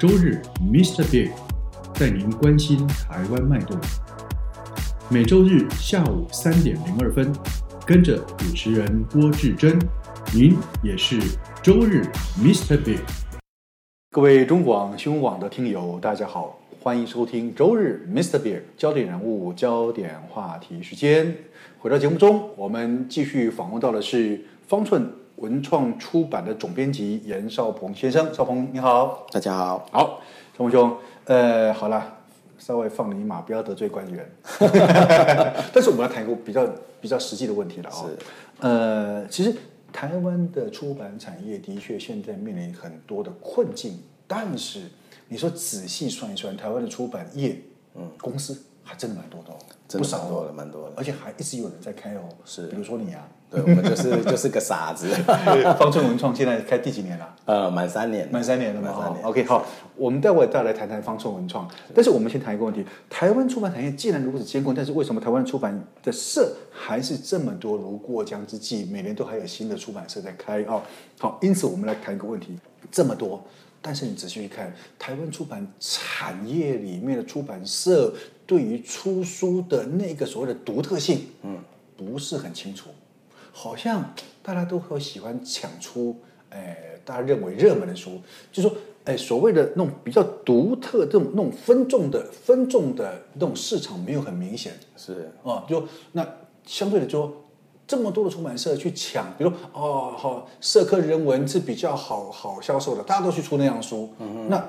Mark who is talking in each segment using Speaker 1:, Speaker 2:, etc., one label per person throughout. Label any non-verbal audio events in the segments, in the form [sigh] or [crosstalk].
Speaker 1: 周日，Mr. Big 带您关心台湾脉动。每周日下午三点零二分，跟着主持人郭志珍，您也是周日 Mr. Big。
Speaker 2: 各位中广新闻网的听友，大家好，欢迎收听周日 Mr. Big 焦点人物、焦点话题时间。回到节目中，我们继续访问到的是方寸文创出版的总编辑严少鹏先生。少鹏，你好。
Speaker 3: 大家好，
Speaker 2: 好，陈文兄，呃，好啦，稍微放你一马，不要得罪官
Speaker 3: [laughs]
Speaker 2: 员。但是我们要谈一个比较比较实际的问题了哦。呃，其实台湾的出版产业的确现在面临很多的困境，但是你说仔细算一算，台湾的出版业，嗯，公司还真的蛮多的哦，
Speaker 3: 真
Speaker 2: 不
Speaker 3: 的
Speaker 2: 少
Speaker 3: 蛮多的，
Speaker 2: 哦
Speaker 3: 蛮多的。
Speaker 2: 而且还一直有人在开哦。
Speaker 3: 是
Speaker 2: 比如说你啊， [laughs]
Speaker 3: 对，我们就是 [laughs] 就是个傻子，
Speaker 2: 方寸文创现在开第几年了、
Speaker 3: 呃，满三年，
Speaker 2: 满三年了嘛，
Speaker 3: 满三
Speaker 2: 哈
Speaker 3: 年。
Speaker 2: OK，好，我们待会再来谈谈方寸文创，但是我们先谈一个问题：台湾出版产业既然如此艰困，但是为什么台湾出版的社还是这么多如过江之鲫？每年都还有新的出版社在开啊、好，因此我们来谈一个问题：这么多，但是你仔细去看，台湾出版产业里面的出版社对于出书的那个所谓的独特性，嗯，不是很清楚。好像大家都会喜欢抢出，哎、大家认为热门的书，就是说，哎、所谓的那种比较独特、这种那种分众的分众的那种市场没有很明显
Speaker 3: 是
Speaker 2: 啊、就那相对的就说。这么多的出版社去抢，比如说哦，好，社科人文是比较好好销售的，大家都去出那样的书，那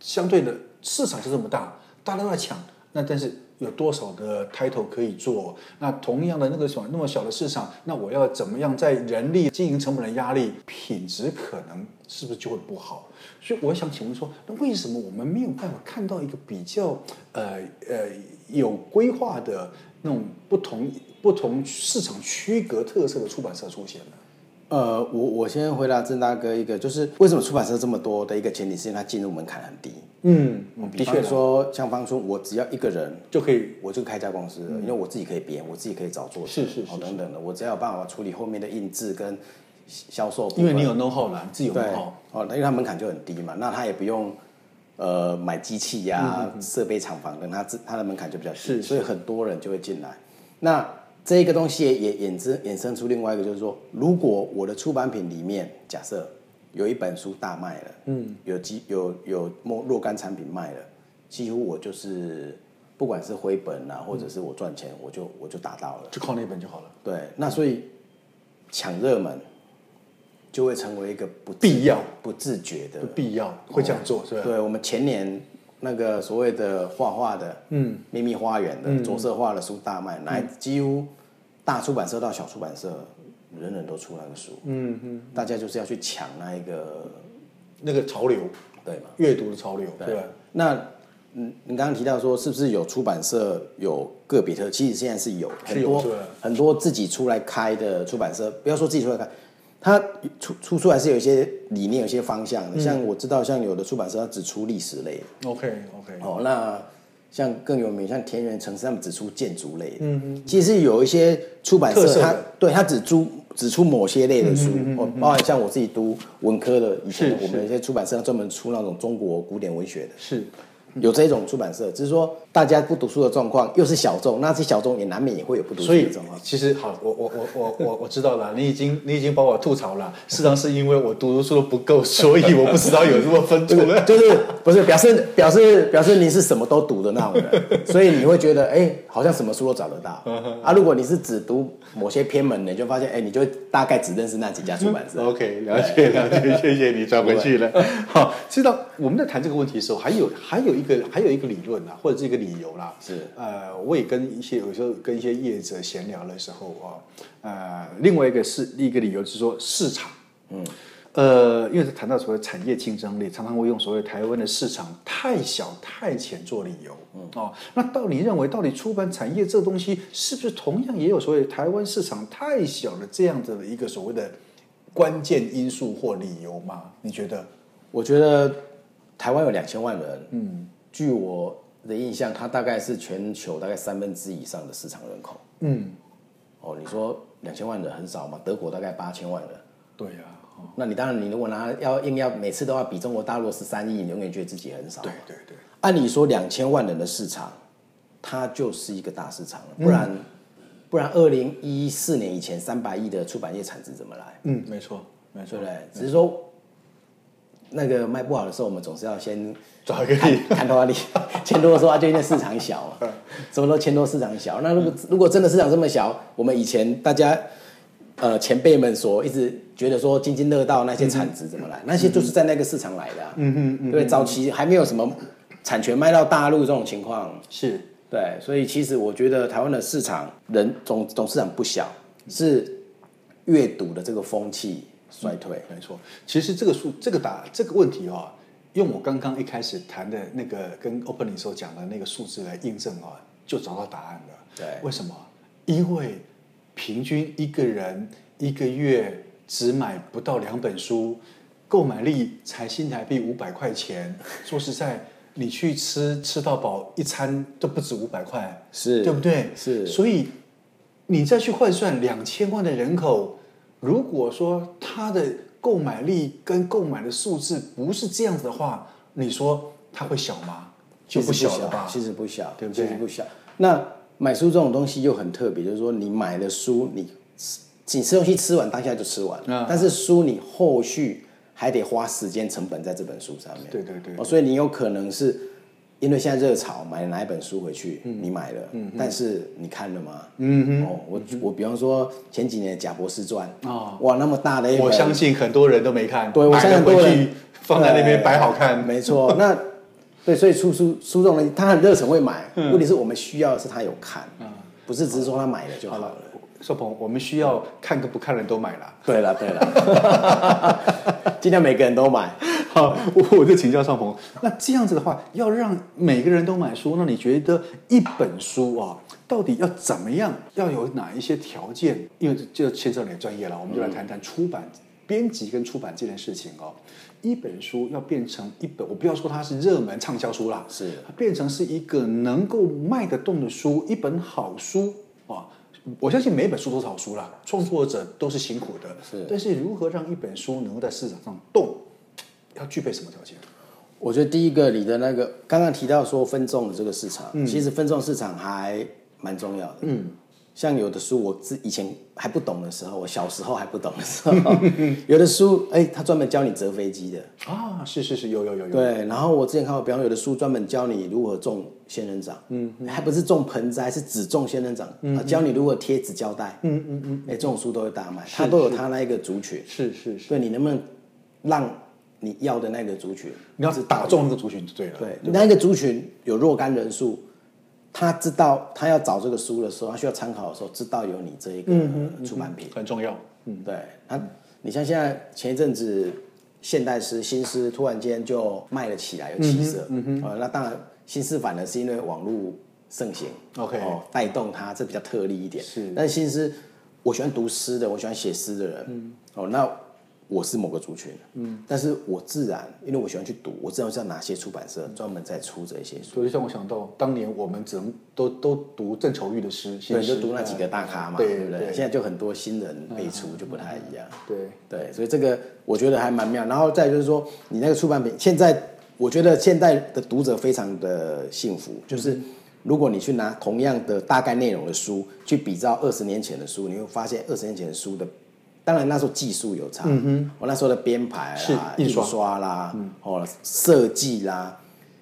Speaker 2: 相对的市场就这么大，大家都在抢，那但是有多少的 title 可以做？那同样的那个小那么小的市场，那我要怎么样在人力、经营成本的压力，品质可能是不是就会不好？所以我想请问说，那为什么我们没有办法看到一个比较呃呃有规划的那种不同不同市场区隔特色的出版社出现呢？
Speaker 3: 呃，我我先回答郑大哥一个，就是为什么出版社这么多的一个前提是因为它进入门槛很低。
Speaker 2: 嗯，的
Speaker 3: 比
Speaker 2: 确
Speaker 3: 方
Speaker 2: 说
Speaker 3: 说，像方说，我只要一个人，
Speaker 2: 就可以
Speaker 3: 我就开一家公司了，因为我自己可以编，我自己可以找作者，
Speaker 2: 是是是
Speaker 3: 哦等等的，我只要有办法处理后面的印制跟销售部
Speaker 2: 因
Speaker 3: 分，
Speaker 2: 为你有 know how 啦，你自己有
Speaker 3: 对
Speaker 2: know how。
Speaker 3: 哦，那因为它门槛就很低嘛，那他也不用呃买机器呀、设备厂房等，他自他的门槛就比较低，
Speaker 2: 嗯是
Speaker 3: 所以很多人就会进来。那这一个东西也也衍生衍生出另外一个，就是说，如果我的出版品里面假设有一本书大卖了，嗯，有几有有若若干产品卖了，几乎我就是不管是回本啊，
Speaker 2: 嗯
Speaker 3: 或者是我赚钱，我就我就达到了。
Speaker 2: 就靠那本就好了。
Speaker 3: 对，那所以抢热门就会成为一个不自
Speaker 2: 必要、
Speaker 3: 不自觉的
Speaker 2: 有必要会这样做，是吧？
Speaker 3: 哦对，我们前年那个所谓的画画的，嗯，秘密花园的着色画的书大卖，来几乎大出版社到小出版社，人人都出那个书，嗯嗯，大家就是要去抢那一个，
Speaker 2: 那个潮流，
Speaker 3: 对吗？
Speaker 2: 阅读的潮流，对吧？
Speaker 3: 那嗯，你刚刚提到说，是不是有出版社有个别特？其实现在是有
Speaker 2: 是
Speaker 3: 很
Speaker 2: 有
Speaker 3: 多
Speaker 2: 是吧
Speaker 3: 很多自己出来开的出版社，不要说自己出来开，它出出出来是有一些理念、有一些方向
Speaker 2: 嗯
Speaker 3: 的。像我知道，像有的出版社它只出历史类，
Speaker 2: OK OK，
Speaker 3: 哦，那像更有名，像田园城市，他们只出建筑类的。嗯嗯。其实有一些出版
Speaker 2: 特色的
Speaker 3: 社，
Speaker 2: 嗯
Speaker 3: 它对它只出只出某些类的书，哦，包含像我自己读文科的，以前
Speaker 2: 是
Speaker 3: 我们一些出版社专门出那种中国古典文学的，
Speaker 2: 是
Speaker 3: 有这种出版社。只是说大家不读书的状况又是小众，那是小众也难免也会有不读书
Speaker 2: 所以
Speaker 3: 的状况。 [laughs]
Speaker 2: 其实好，我我我我我我知道了， [laughs] 你已经你已经把我吐槽了。事实上是因为我读书的不够，所以我不知道有这么分众。
Speaker 3: 就是不是表示表示表示你是什么都读的那种人，所以你会觉得哎、好像什么书都
Speaker 2: [laughs]
Speaker 3: 找得到啊。如果你是只读某些偏门的，你就发现哎、你就大概只认识那几家出版社。 [laughs]
Speaker 2: OK，了解了 [laughs] 解，谢谢你转回去了。好，知道我们在谈这个问题的时候，还有还有一个还有一个理论啊，或者是一个理由啦。
Speaker 3: 是
Speaker 2: 呃，我也跟一些有时候跟一些业者哦闲聊的时候啊，呃，另外一个是一个理由是说市场，嗯，呃，因为谈到所谓产业竞争力，常常会用所谓台湾的市场太小太浅做理由。嗯，哦，那到你认为，到底出版产业这个东西是不是同样也有所谓台湾市场太小的这样子的一个所谓的关键因素或理由吗？你觉得？
Speaker 3: 我觉得台湾有两千万人，嗯，据我的印象，它大概是全球大概三分之以上的市场人口。
Speaker 2: 嗯，
Speaker 3: 哦，你说两千万人很少嘛？德国大概八千万人。
Speaker 2: 对呀、哦
Speaker 3: 那你当然，你如果拿要硬要每次都要比中国大陆十三亿，你永远觉得自己很少。
Speaker 2: 对对对，
Speaker 3: 按理说两千万人的市场，它就是一个大市场了，不然、不然二零一四年以前三百亿的出版业产值怎么来？
Speaker 2: 嗯，没错，没
Speaker 3: 对
Speaker 2: 错
Speaker 3: 不，对？只是说那个卖不好的时候，我们总是要先
Speaker 2: 找一个理由
Speaker 3: [laughs] 看看到你钱多的时候，啊，就因为市场小嘛，什么都钱多市场小。那如果如果真的市场这么小，我们以前大家呃前辈们所一直觉得说津津乐道那些产值怎么来，那些就是在那个市场来的、啊，嗯嗯，对，早期还没有什么产权卖到大陆这种情况，
Speaker 2: 是
Speaker 3: 对，所以其实我觉得台湾的市场人总总市场不小，是阅读的这个风气衰退。
Speaker 2: 没错，其实这个数这个答这个问题哦，用我刚刚一开始谈的那个跟 opening 时候讲的那个数字来印证哦，就找到答案了。
Speaker 3: 对
Speaker 2: 为什么？因为平均一个人一个月只买不到两本书，购买力才新台币五百块钱。说实在，你去吃吃到饱一餐都不止五百块，
Speaker 3: 是
Speaker 2: 对不对？
Speaker 3: 是
Speaker 2: 所以你再去换算两千万的人口，如果说他的购买力跟购买的数字不是这样子的话，你说他会小吗？就
Speaker 3: 其
Speaker 2: 不
Speaker 3: 实不
Speaker 2: 小了吧？
Speaker 3: 其实不小，
Speaker 2: 对不对
Speaker 3: 其实不小。那买书这种东西又很特别，就是说你买了书，你吃你吃东西吃完当下就吃完，
Speaker 2: 嗯
Speaker 3: 但是书你后续还得花时间成本在这本书上面。
Speaker 2: 对对对
Speaker 3: 哦，所以你有可能是因为现在热潮买了哪一本书回去，
Speaker 2: 嗯
Speaker 3: 你买了，但是你看了吗？嗯哦，我我比方说前几年的《贾博士传》
Speaker 2: 哦
Speaker 3: 哇，那么大的一本，
Speaker 2: 我相信很多人都没看，
Speaker 3: 对，我
Speaker 2: 买
Speaker 3: 相信
Speaker 2: 了
Speaker 3: 很
Speaker 2: 回
Speaker 3: 多
Speaker 2: 去
Speaker 3: 人
Speaker 2: 放在那边
Speaker 3: 对
Speaker 2: 摆好看。
Speaker 3: 呃没错，那对，所以出书书这种东西，他很热忱会买，
Speaker 2: 嗯
Speaker 3: 问题是我们需要的是他有看，不是只是说他买了就好了。
Speaker 2: 硕鹏，我们需要看跟不看人都买啦。
Speaker 3: 对了对了，
Speaker 2: [laughs]
Speaker 3: 尽量每个人都买。
Speaker 2: 好，我我就请教尚鹏。那这样子的话，要让每个人都买书，那你觉得一本书啊，到底要怎么样？要有哪一些条件？因为这就牵涉你的专业了，我们就来
Speaker 3: 嗯
Speaker 2: 谈谈出版、编辑跟出版这件事情哦。一本书要变成一本，我不要说它是热门畅销书啦，
Speaker 3: 是
Speaker 2: 它变成是一个能够卖得动的书，一本好书啊。我相信每本书都是好书啦，创作者都是辛苦的，
Speaker 3: 是
Speaker 2: 但是如何让一本书能够在市场上动，要具备什么条件？
Speaker 3: 我觉得第一个，你的那个刚刚提到说分众的这个市场，
Speaker 2: 嗯
Speaker 3: 其实分众市场还蛮重要的。嗯，像有的书我自以前还不懂的时候，我小时候还不懂的时
Speaker 2: [laughs]
Speaker 3: 候，有的书哎，他专门教你折飞机的。
Speaker 2: 啊，是是是，有有有有，
Speaker 3: 对，然后我之前看过，比方有的书专门教你如何种仙人掌，嗯，还不是种盆栽，是只种仙人掌，嗯，教你如何贴纸胶带，嗯嗯嗯，哎、这种书都会大卖，它都有它那一个族群，
Speaker 2: 是是是，
Speaker 3: 所以你能不能让你要的那个族群，
Speaker 2: 你要是打中那个族群就对了。
Speaker 3: 对，那个族群有若干人数，他知道他要找这个书的时候，他需要参考的时候，知道有你这一个出版品，
Speaker 2: 很重要。
Speaker 3: 嗯，对，他，你像现在前一阵子现代诗、新诗突然间就卖了起来，有起色，嗯哼，呃，那当然新诗反而是因为网络盛行
Speaker 2: OK
Speaker 3: 哦，带动它，这比较特例一点，
Speaker 2: 是
Speaker 3: 但新诗，我喜欢读诗的，我喜欢写诗的人，嗯，哦，那我是某个族群，嗯，但是我自然因为我喜欢去读，我知道知道哪些出版社专门在出这些书，
Speaker 2: 所以就像我想到，当年我们只能都都读郑愁予的诗，
Speaker 3: 所以
Speaker 2: 新
Speaker 3: 就
Speaker 2: 诗
Speaker 3: 读那几个大咖嘛，
Speaker 2: 对
Speaker 3: 不对？嗯
Speaker 2: 对
Speaker 3: 现在就很多新人辈出，就不太一样，
Speaker 2: 对，
Speaker 3: 对，所以这个我觉得还蛮妙。然后再就是说，你那个出版品，现在我觉得现在的读者非常的幸福，就是如果你去拿同样的大概内容的书去比照二十年前的书，你会发现二十年前的书的，当然那时候技术有差，嗯我那时候的编排
Speaker 2: 是
Speaker 3: 啦、
Speaker 2: 印
Speaker 3: 印
Speaker 2: 刷
Speaker 3: 刷啦、哦设计啦，哦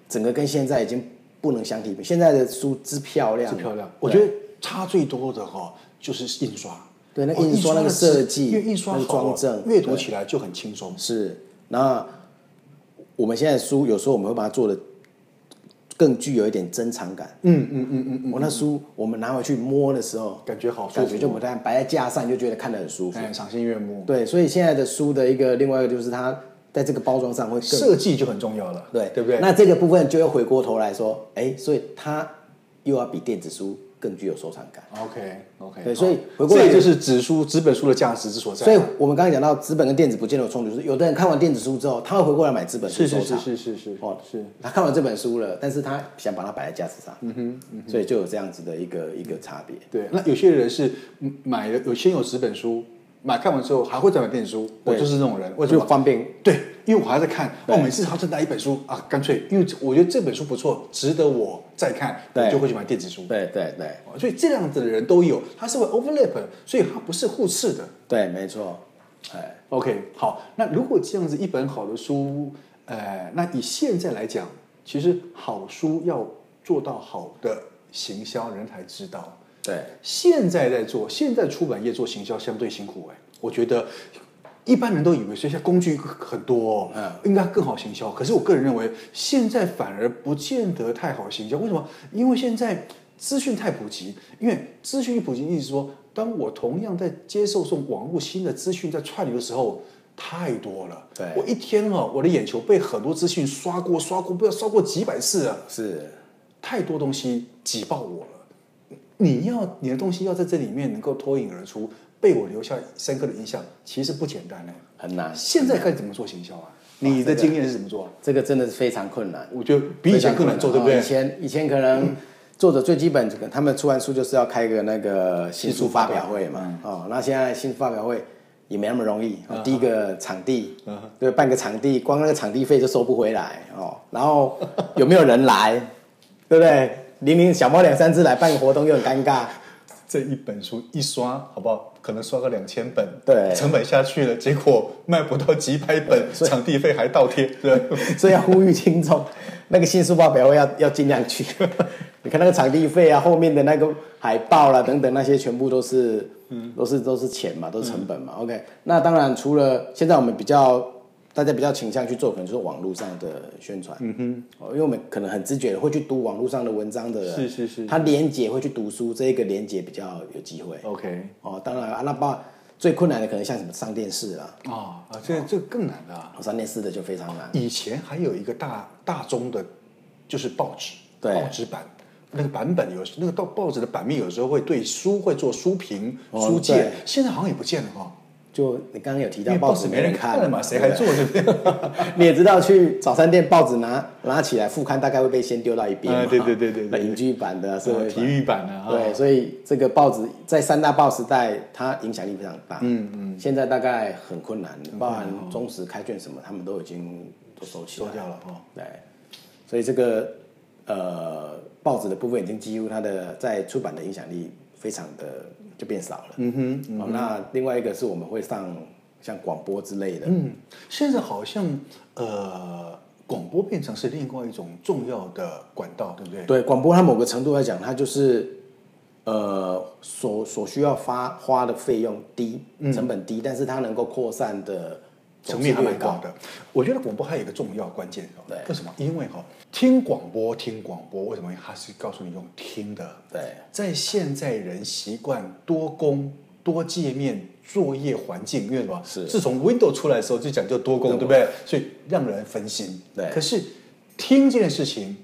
Speaker 3: 整个跟现在已经不能相提并。现在的书之漂亮，
Speaker 2: 是漂亮。我觉得差最多的哈，就是印刷。
Speaker 3: 对那
Speaker 2: 哦
Speaker 3: 个印刷那个
Speaker 2: 的字
Speaker 3: 设计
Speaker 2: 因为印刷
Speaker 3: 那个
Speaker 2: 好啊
Speaker 3: 装帧
Speaker 2: 阅读
Speaker 3: 对
Speaker 2: 起来就很轻松。
Speaker 3: 是，那我们现在书有时候我们会把它做的更具有一点珍藏感。哦
Speaker 2: 嗯嗯嗯嗯嗯，
Speaker 3: 我那书我们拿回去摸的时候，
Speaker 2: 感觉好舒服
Speaker 3: 感觉就不但摆在架上，就觉得看得很舒服。
Speaker 2: 哎，赏心悦目，
Speaker 3: 对，所以现在的书的一个另外一个就是它在这个包装上会更
Speaker 2: 设计就很重要了，
Speaker 3: 对
Speaker 2: 对不对？
Speaker 3: 那这个部分就要回过头来说，哎，所以它又要比电子书更具有收藏感。
Speaker 2: OK OK，
Speaker 3: 对所以回过来
Speaker 2: 这就是纸书纸本书的价值之所在。
Speaker 3: 所以我们刚才讲到纸本跟电子不见得有冲突，就是有的人看完电子书之后，他会回过来买纸本书
Speaker 2: 是
Speaker 3: 收
Speaker 2: 是
Speaker 3: 藏。
Speaker 2: 是是是是
Speaker 3: 哦，
Speaker 2: 是
Speaker 3: 他看完这本书了，但是他想把它摆在架子上，嗯哼，所以就有这样子的一个一个差别。
Speaker 2: 对。那有些人是嗯买了有先有纸本书，买看完之后还会再买电子书，我
Speaker 3: 对
Speaker 2: 就是这种人，我
Speaker 3: 就
Speaker 2: 就
Speaker 3: 方便
Speaker 2: 对，因为我还在看，
Speaker 3: 对
Speaker 2: 我每次还要再拿一本书啊，干脆因为我觉得这本书不错，值得我再看，
Speaker 3: 对
Speaker 2: 我就会去买电子书。
Speaker 3: 对对对
Speaker 2: 哦所以这样子的人都有，它是会 overlap，的所以它不是互斥的。
Speaker 3: 对，没错，哎，
Speaker 2: OK，好，那如果这样子一本好的书，呃，那以现在来讲，其实好书要做到好的行销，人才知道。
Speaker 3: 对
Speaker 2: 现在在做，现在出版业做行销相对辛苦哎、我觉得一般人都以为现在工具很多、哦，
Speaker 3: 嗯
Speaker 2: 应该更好行销。可是我个人认为，现在反而不见得太好行销。为什么？因为现在资讯太普及，因为资讯一普及，意思是说，当我同样在接受这种网络新的资讯在串流的时候。太多了，
Speaker 3: 对
Speaker 2: 我一天哦，我的眼球被很多资讯刷过、刷过，不知道刷过几百次了。
Speaker 3: 是，
Speaker 2: 太多东西挤爆我了。你要你的东西要在这里面能够脱颖而出，被我留下深刻的印象，其实不简单嘞。
Speaker 3: 很难
Speaker 2: 现在该怎么做行销啊？你的经验是怎么做啊？
Speaker 3: 这个真的是非常困难，
Speaker 2: 我觉得比以前更难做，对不对嗯
Speaker 3: 哦以？前以前可能作者最基本，他们出完书就是要开个那个新书发表会
Speaker 2: 嗯
Speaker 3: 嘛，哦，那现在新书发表会也没那么容易，哦第一个场地，
Speaker 2: 嗯
Speaker 3: 对，办个场地，光那个场地费就收不回来哦，然后有没有人来，对不对？零零小猫两三只来办个活动又很尴尬，
Speaker 2: 这一本书一刷，好不好？可能刷个两千本，
Speaker 3: 对
Speaker 2: 成本下去了，结果卖不到几百 [laughs] 本，场地费还倒贴，对。
Speaker 3: 所以要呼吁听众，那个新书发表会要要尽量去。 [laughs] 你看那个场地费啊，后面的那个海报啦、等等那些，全部都是，都是都是钱嘛，都是成本嘛。OK，那
Speaker 2: 嗯
Speaker 3: 当然除了现在我们比较大家比较倾向去做，可能就是网络上的宣传。嗯哼，哦，因为我们可能很直觉的会去读网络上的文章的人，
Speaker 2: 是是是
Speaker 3: 他连结会去读书，这一个连结比较有机会。
Speaker 2: [laughs] OK，
Speaker 3: 哦，当然啊，那包最困难的可能像什么上电视啦，
Speaker 2: 啊啊，这这更难的、啊。
Speaker 3: 哦上电视的就非常难。
Speaker 2: 以前还有一个大大中的，就是报纸，
Speaker 3: 对
Speaker 2: 报纸版。那个版本有那个到报纸的版面，有时候会对书会做书评、书
Speaker 3: 对
Speaker 2: 界，现在好像也不见了哈、
Speaker 3: 就你刚刚有提
Speaker 2: 因
Speaker 3: 到
Speaker 2: 为
Speaker 3: 报
Speaker 2: 报
Speaker 3: 纸
Speaker 2: 纸
Speaker 3: 没
Speaker 2: 没
Speaker 3: 人
Speaker 2: 人
Speaker 3: 看
Speaker 2: 看了嘛，谁还做？对不对？
Speaker 3: 啊 [laughs] 你也知道，去早餐店报纸拿拿起来复刊，大概会被先丢到一边嘛。
Speaker 2: 啊对对对对对
Speaker 3: 那影剧版的、社会版
Speaker 2: 体育版的啊
Speaker 3: 对，所以这个报纸在三大报时代，它影响力非常大。嗯嗯，现在大概很困难，包含中时开卷什么，他们都已经都收起来
Speaker 2: 收掉了哦。
Speaker 3: 对，所以这个呃报纸的部分已经几乎它的在出版的影响力非常的就变少了。嗯哼，哦，那另外一个是我们会上像广播之类的。嗯，
Speaker 2: 现在好像呃，广播变成是另外一种重要的管道，对不对？
Speaker 3: 对，广播它某个程度来讲，它就是呃所所需要发花的费用低，
Speaker 2: 嗯
Speaker 3: 成本低，但是它能够扩散的
Speaker 2: 层面还
Speaker 3: 总视
Speaker 2: 蛮
Speaker 3: 率
Speaker 2: 高
Speaker 3: 高。
Speaker 2: 的。我觉得广播还有一个重要关键哦
Speaker 3: 对
Speaker 2: 为什么？因为哈、听广播听广播，为什么它是告诉你用听的？
Speaker 3: 对，
Speaker 2: 在现在人习惯多工多界面作业环境，因为什么？
Speaker 3: 是
Speaker 2: 自从 Windows 出来的时候就讲究多工，对不对？所以让人分心。
Speaker 3: 对
Speaker 2: 可是听这件事情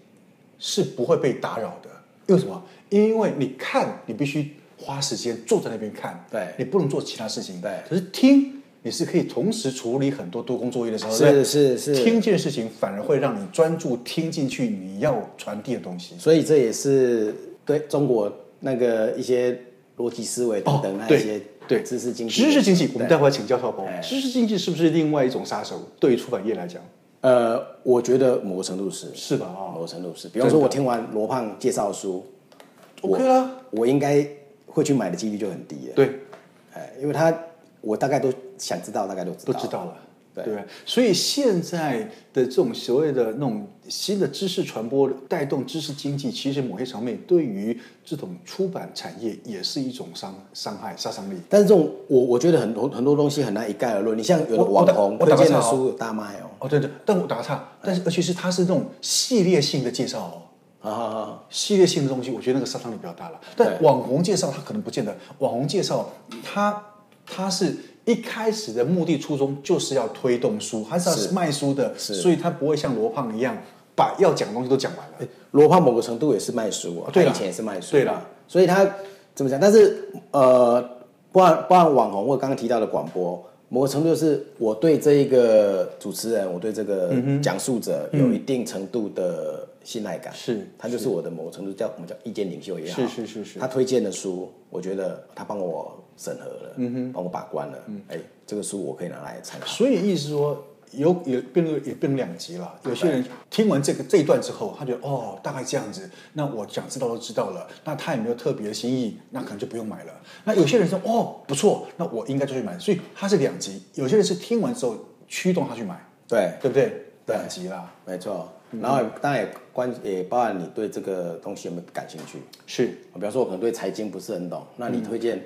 Speaker 2: 是不会被打扰的，因为什么？因为你看，你必须花时间坐在那边看，
Speaker 3: 对
Speaker 2: 你不能做其他事情，
Speaker 3: 对
Speaker 2: 可是听。你是可以同时处理很多多工作业的时候，
Speaker 3: 是
Speaker 2: 对不对
Speaker 3: 是是
Speaker 2: 听这件事情反而会让你专注听进去你要传递的东西。
Speaker 3: 所以这也是对中国那个一些逻辑思维等等
Speaker 2: 哦
Speaker 3: 那
Speaker 2: 对
Speaker 3: 一些
Speaker 2: 对
Speaker 3: 知识经济
Speaker 2: 知识经济，我们待
Speaker 3: 对
Speaker 2: 会儿请教邵鹏
Speaker 3: 哎，
Speaker 2: 知识经济是不是另外一种杀手？对于出版业来讲，
Speaker 3: 呃，我觉得某个程度是哦
Speaker 2: 是吧啊
Speaker 3: 某个程度是，比方说我听完罗胖介绍的书
Speaker 2: OK 啦，
Speaker 3: 我我应该会去买的几率就很低了。
Speaker 2: 对，
Speaker 3: 哎，因为他我大概都想知道，大概都知
Speaker 2: 都
Speaker 3: 道，
Speaker 2: 知道了。
Speaker 3: 对
Speaker 2: 对不对，所以现在的这种所谓的那种新的知识传播，带动知识经济，其实某些层面对于这种出版产业也是一种伤伤害、杀伤力。
Speaker 3: 但是这种我我觉得很多很多东西很难一概而论。你像有的
Speaker 2: 我
Speaker 3: 网
Speaker 2: 我打
Speaker 3: 红
Speaker 2: 我
Speaker 3: 推
Speaker 2: 打个
Speaker 3: 荐的
Speaker 2: 岔哦
Speaker 3: 书有大卖哦，
Speaker 2: 哦，对对，但我打个岔，但是而且是它是那种系列性的介绍哦，
Speaker 3: 啊哈哈，
Speaker 2: 系列性的东西，我觉得那个杀伤力比较大了。但
Speaker 3: 对
Speaker 2: 网红介绍它可能不见得，网红介绍它它是一开始的目的初衷就是要推动书，它是
Speaker 3: 是
Speaker 2: 要卖书的，
Speaker 3: 是
Speaker 2: 所以它不会像罗胖一样把要讲的东西都讲完
Speaker 3: 哎
Speaker 2: 了。
Speaker 3: 罗胖某个程度也是卖书啊，
Speaker 2: 对
Speaker 3: 他
Speaker 2: 啦
Speaker 3: 以前也是卖书，
Speaker 2: 对啦，
Speaker 3: 所以他怎么讲？但是呃，不然不然网红或刚刚提到的广播，某个程度就是我对这一个主持人，我对这个
Speaker 2: 嗯
Speaker 3: 讲述者有一定程度的信赖感，
Speaker 2: 是
Speaker 3: 他就是我的某个程度叫我们叫意见领袖也好，
Speaker 2: 是是是是
Speaker 3: 他推荐的书，我觉得他帮我审核了，嗯哼，帮我把关了，哎，这个书我可以拿来参考，
Speaker 2: 所以意思说，有有变成也变成两极了。有些人听完这个这一段之后，他觉得哦，大概这样子，那我想知道都知道了，那他也没有特别的新意，那可能就不用买了。那有些人说哦，不错，那我应该就去买。所以他是两极，有些人是听完之后驱动他去买，
Speaker 3: 对。
Speaker 2: 对不对？两极啦，
Speaker 3: 没错，然
Speaker 2: 嗯
Speaker 3: 后也当然也关也包含你对这个东西有没有感兴趣。
Speaker 2: 是
Speaker 3: 比方说，我可能对财经不是很懂，那你推
Speaker 2: 嗯
Speaker 3: 荐，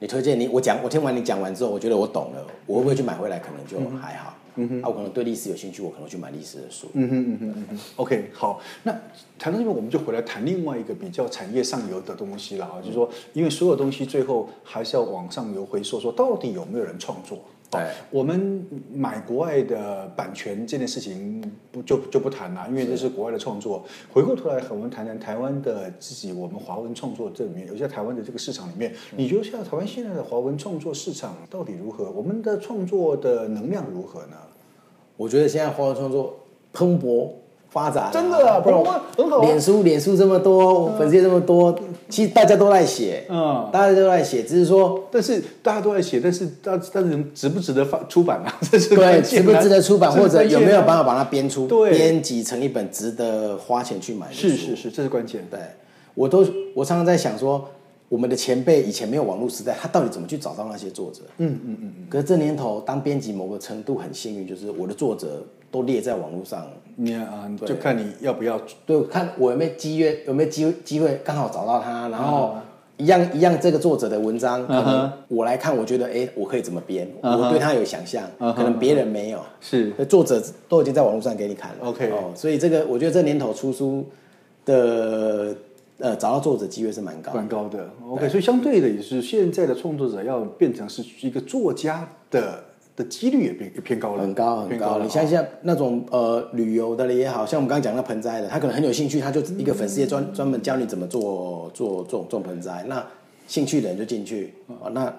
Speaker 3: 你推荐你我讲，我听完你讲完之后，我觉得我懂了，我会不会去买回来？可能就还好。嗯哼，啊，我可能对历史有兴趣，我可能去买历史的书。嗯，
Speaker 2: OK，好，那谈到这边，我们就回来谈另外一个比较产业上游的东西了啊，就是说，因为所有东西最后还是要往上游回溯，说到底有没有人创作？
Speaker 3: 对
Speaker 2: 哦我们买国外的版权这件事情不就就不谈了，因为这是国外的创作。回过头来，我们谈谈台湾的自己，我们华文创作这里面，尤其在台湾的这个市场里面，你觉得像台湾现在的华文创作市场到底如何？我们的创作的能量如何呢？
Speaker 3: 我觉得现在华文创作蓬勃发展啊、
Speaker 2: 真的啊
Speaker 3: 不然我
Speaker 2: 蓬勃很好啊
Speaker 3: 脸书脸书这么多，粉丝也这么多，其实大家都在写，
Speaker 2: 嗯
Speaker 3: 大家都在写，只是说
Speaker 2: 但是大家都在写，但是但但是值不值得发出版啊？ [laughs] 这是
Speaker 3: 对，
Speaker 2: 关键
Speaker 3: 值
Speaker 2: 啊
Speaker 3: 不值得出版，
Speaker 2: 这是
Speaker 3: 或者有没有
Speaker 2: 关
Speaker 3: 办
Speaker 2: 键啊
Speaker 3: 法把它编出、
Speaker 2: 对
Speaker 3: 编辑成一本值得花钱去买的书？
Speaker 2: 是是是，这是关键。
Speaker 3: 对，我都我常常在想说，我们的前辈以前没有网络时代，他到底怎么去找到那些作者？嗯嗯嗯。可是这年头，当编辑某个程度很幸运，就是我的作者都列在网络上，
Speaker 2: 你啊，就看你要不要。
Speaker 3: 对，看我有没有机会，有没有机会机会刚好找到他，然后。
Speaker 2: 啊
Speaker 3: 一样一样，这个作者的文章，可
Speaker 2: 嗯
Speaker 3: 能我来看，我觉得，哎、我可以怎么编我对他有想象
Speaker 2: 嗯
Speaker 3: 可能别人没有。
Speaker 2: 是
Speaker 3: 那呃作者都已经在网络上给你看了。
Speaker 2: OK
Speaker 3: 哦，所以这个我觉得这年头出书的呃找到作者机会是蛮高的
Speaker 2: 蛮。高的，OK，所以相对的也是现在的创作者要变成是一个作家的的几率也偏也偏高了，
Speaker 3: 很高很
Speaker 2: 偏
Speaker 3: 高，
Speaker 2: 了啊
Speaker 3: 你想想那种呃旅游的也好像我们刚刚讲那盆栽的，他可能很有兴趣，他就一个粉丝也专专门教你怎么做做种种盆栽，那兴趣的人就进去，哦，那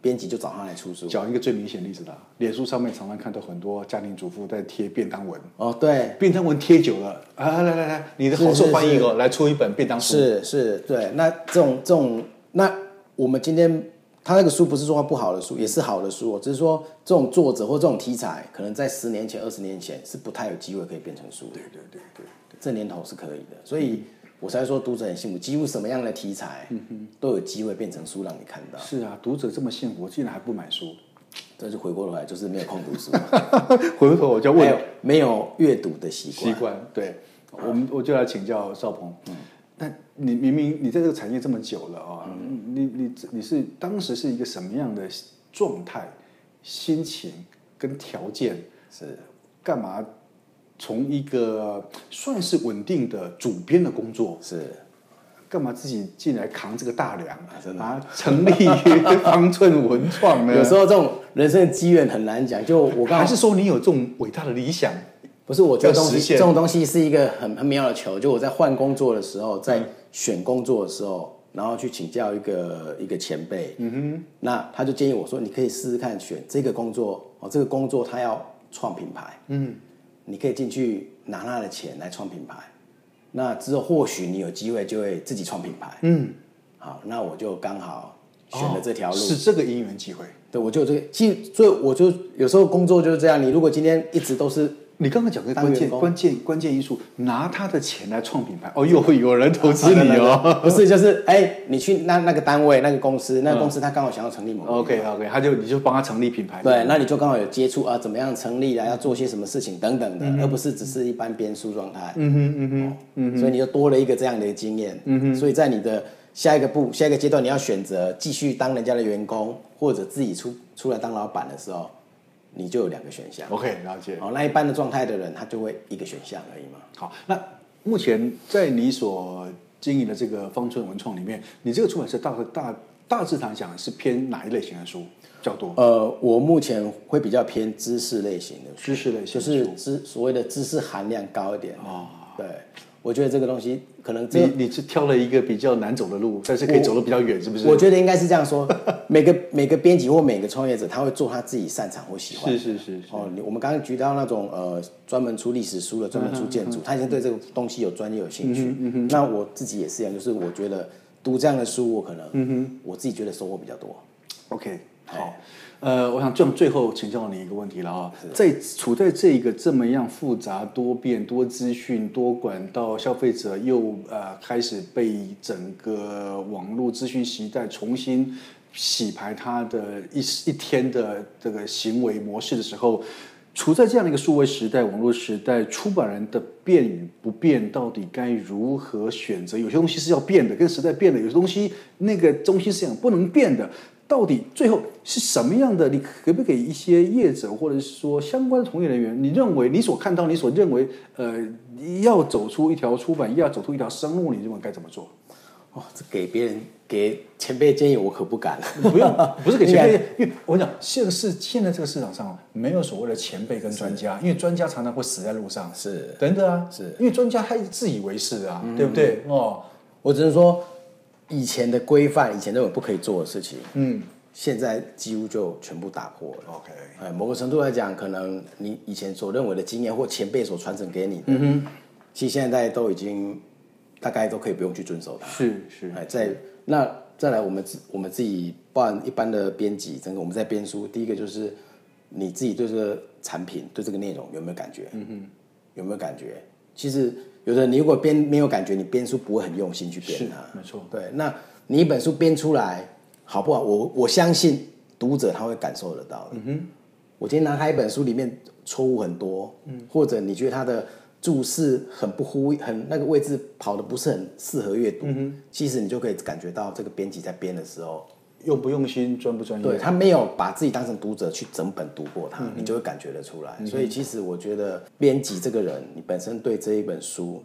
Speaker 3: 编辑就找他来出书。
Speaker 2: 讲一个最明显的例子啦，脸书上面常常看到很多家庭主妇在贴便当文，
Speaker 3: 哦，对，
Speaker 2: 便当文贴久了啊，来来来，你的好
Speaker 3: 是
Speaker 2: 受
Speaker 3: 是
Speaker 2: 欢迎哦，
Speaker 3: 是
Speaker 2: 来出一本便当书，
Speaker 3: 是是，对。那这种这种，那我们今天他那个书不是说它不好的书，也是好的书哦，只是说这种作者或这种题材，可能在十年前、二十年前是不太有机会可以变成书的。对对对对，这年头是可以的，所以我才说读者很幸福，几乎什么样的题材都有机会变成书让你看到。
Speaker 2: 是啊，读者这么幸福，竟然还不买书，
Speaker 3: 但是回过头来就是没有空读书，
Speaker 2: 回头我就
Speaker 3: 没
Speaker 2: 问啊
Speaker 3: 有没有阅读的习
Speaker 2: 习
Speaker 3: 惯。
Speaker 2: 惯。对，我们我就来请教邵鹏。那你明明你在这个产业这么久了啊、你你你是当时是一个什么样的状态、心情跟条件？
Speaker 3: 是
Speaker 2: 干嘛从一个算是稳定的主编的工作，
Speaker 3: 是。
Speaker 2: 干嘛自己进来扛这个大梁啊？
Speaker 3: 真的
Speaker 2: 啊，成立方寸文创 [laughs] 呢？
Speaker 3: 有时候这种人生的机缘很难讲，就我刚好
Speaker 2: 还是说你有这种伟大的理想？
Speaker 3: 不是，我觉得东
Speaker 2: 要实
Speaker 3: 西
Speaker 2: 现
Speaker 3: 这种东西是一个很很妙的球。就我在换工作的时候，在选工作的时候，然后去请教一个一个前辈，嗯哼，那他就建议我说，你可以试试看选这个工作哦，这个工作他要创品牌，嗯，你可以进去拿他的钱来创品牌，那之后或许你有机会就会自己创品牌，嗯，好，那我就刚好选了这条路，
Speaker 2: 哦是这个因缘机会。
Speaker 3: 对，我就有这个，其实所以我就有时候工作就是这样，你如果今天一直都是。
Speaker 2: 你刚刚讲的
Speaker 3: 当
Speaker 2: 关
Speaker 3: 员
Speaker 2: 键
Speaker 3: 工
Speaker 2: 关键关键因素，拿他的钱来创品牌， [laughs] 哦，又有人投资你
Speaker 3: 啊
Speaker 2: 哦。
Speaker 3: [laughs] 不是，就是哎、你去那那个单位、那个公司，那个公司他刚好想要成立某
Speaker 2: [laughs]
Speaker 3: 个
Speaker 2: OK OK，他就你就帮他成立品牌。
Speaker 3: 对，那你就刚好有接触啊，怎么样成立啊，要做些什么事情等等的，而不是只是一般编书状态。嗯哼嗯哼，嗯哼，所以你就多了一个这样的经验。嗯哼，所以在你的下一个步、下一个阶段，你要选择继续当人家的员工，或者自己出出来当老板的时候，你就有两个选项。
Speaker 2: OK 了解。
Speaker 3: 哦，那一般的状态的人，他就会一个选项而已嘛。
Speaker 2: 好，那目前在你所经营的这个方寸文创里面，你这个出版社大大大致上讲是偏哪一类型的书较多？
Speaker 3: 呃，我目前会比较偏知识类型的书，
Speaker 2: 知识类型的
Speaker 3: 就是
Speaker 2: 书
Speaker 3: 知所谓的知识含量高一点
Speaker 2: 哦
Speaker 3: 哦。对，我觉得这个东西可能这
Speaker 2: 你你是挑了一个比较难走的路，但是可以走得比较远，是不是？
Speaker 3: 我觉得应该是这样说， [laughs] 每个每个编辑或每个创业者，他会做他自己擅长或喜欢
Speaker 2: 是
Speaker 3: 的。
Speaker 2: 是是是
Speaker 3: 哦，你我们刚刚举到那种呃，专门出历史
Speaker 2: 嗯
Speaker 3: 书的，专门出建筑，他已经对这个东西有专业有兴趣。那我自己也是一样，就是我觉得读这样的书，我可能，
Speaker 2: 嗯
Speaker 3: 我自己觉得收获比较多。
Speaker 2: OK，好，呃，我想最最后请教你一个问题了啊，在处在这个这么样复杂、多变、多资讯、多管道，消费者又呃开始被整个网络资讯时代重新洗牌他的一一天的这个行为模式的时候。处在这样的一个数位时代、网络时代，出版人的变与不变到底该如何选择？有些东西是要变的，跟时代变的；有些东西那个中心思想不能变的。到底最后是什么样的？你可不可以一些业者或者是说相关的从业人员，你认为你所看到、你所认为，呃，要走出一条出版业，要走出一条生路，你认为该怎么做？
Speaker 3: 哦，这给别人给前辈建议，我可不敢。
Speaker 2: 不用， [laughs] 不是给前
Speaker 3: 应
Speaker 2: 辈，因为我跟你讲，现在是现在这个市场上没有所谓的前辈跟专家，因为专家常常会死在路上，
Speaker 3: 是
Speaker 2: 等等啊，
Speaker 3: 是
Speaker 2: 因为专家他自以为是啊，对不对？哦，
Speaker 3: [laughs] 我只能说，以前的规范，以前认为不可以做的事情，
Speaker 2: 嗯
Speaker 3: 现在几乎就全部打破了。
Speaker 2: ，OK，
Speaker 3: 哎，某个程度来讲，可能你以前所认为的经验或前辈所传承给你的，其实现在都已经大概都可以不用去遵守它。
Speaker 2: 是是，
Speaker 3: 哎，再那再来，我们自我们自己包含一般的编辑，整个我们在编书，第一个就是你自己对这个产品、对这个内容有没有感觉？嗯哼，有没有感觉？其实有的你如果编没有感觉，你编书不会很用心去
Speaker 2: 是
Speaker 3: 编它。
Speaker 2: 没错
Speaker 3: 对，那你一本书编出来好不好？我我相信读者他会感受得到的。嗯哼，我今天拿他一本书里面错误很多，嗯，或者你觉得他的注释很不呼很那个位置跑的不是很适合阅读，嗯其实你就可以感觉到这个编辑在编的时候，
Speaker 2: 用不用心，专不专业，
Speaker 3: 对他没有把自己当成读者去整本读过
Speaker 2: 嗯
Speaker 3: 它，你就会感觉得出来。所以其实我觉得编辑这个人，你本身对这一本书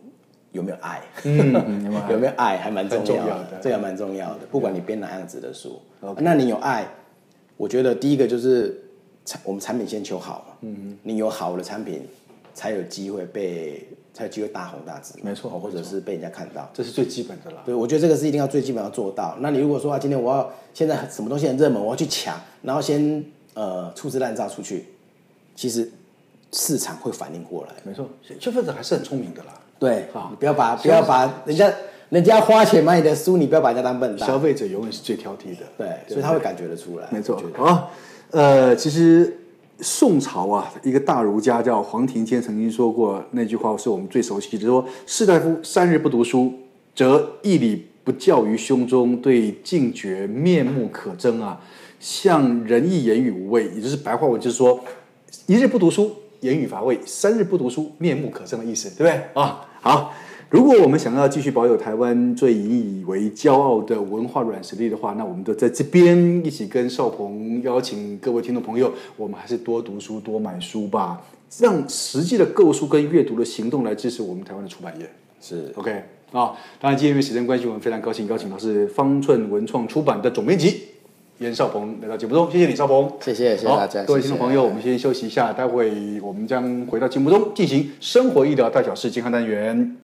Speaker 3: 有没有爱，
Speaker 2: 嗯
Speaker 3: [laughs] 有没有爱还蛮重
Speaker 2: 很
Speaker 3: 要
Speaker 2: 重要的嗯
Speaker 3: 的，这个还蛮重要的。不管你编哪样子的书，那你有爱，我觉得第一个就是产我们产品先求好嘛，
Speaker 2: 嗯
Speaker 3: 你有好的产品，才有机会被才有机会大红大紫嘛，
Speaker 2: 没错
Speaker 3: 哦或者是被人家看到。
Speaker 2: 这是最基本的啦。
Speaker 3: 对，我觉得这个是一定要最基本要做到。那你如果说啊，今天我要现在什么东西很热门，我要去抢，然后先呃粗制滥造出去，其实市场会反应过来。
Speaker 2: 没错，消费者还是很聪明的啦。
Speaker 3: 对，
Speaker 2: 好
Speaker 3: 你不要把不要把人家人家花钱买你的书，你不要把人家当笨
Speaker 2: 消
Speaker 3: 蛋。
Speaker 2: 费者永远是最挑剔的。
Speaker 3: 对，所以他会感觉得出来。
Speaker 2: 没错
Speaker 3: 我觉得
Speaker 2: 啊，呃，其实宋朝啊，一个大儒家叫黄庭坚，曾经说过那句话，是我们最熟悉的，说“士大夫三日不读书，则一礼不教于胸中，对进爵面目可憎啊，向仁义言语无味”，也就是白话文，就是说一日不读书，言语乏味；三日不读书，面目可憎的意思，对不对啊？好，如果我们想要继续保有台湾最引以为骄傲的文化软实力的话，那我们就在这边一起跟少鹏邀请各位听众朋友，我们还是多读书、多买书吧，让实际的购书跟阅读的行动来支持我们台湾的出版业。
Speaker 3: 是
Speaker 2: OK 啊、当然今天因为时间关系，我们非常高兴邀请到是方寸文创出版的总编辑严少鹏来到节目中，谢谢你，少鹏。
Speaker 3: 谢谢谢谢
Speaker 2: 好
Speaker 3: 大家，
Speaker 2: 各位
Speaker 3: 谢
Speaker 2: 听众
Speaker 3: 谢
Speaker 2: 朋友，我们先休息一下，待会我们将回到节目中进行生活医疗大小事健康单元。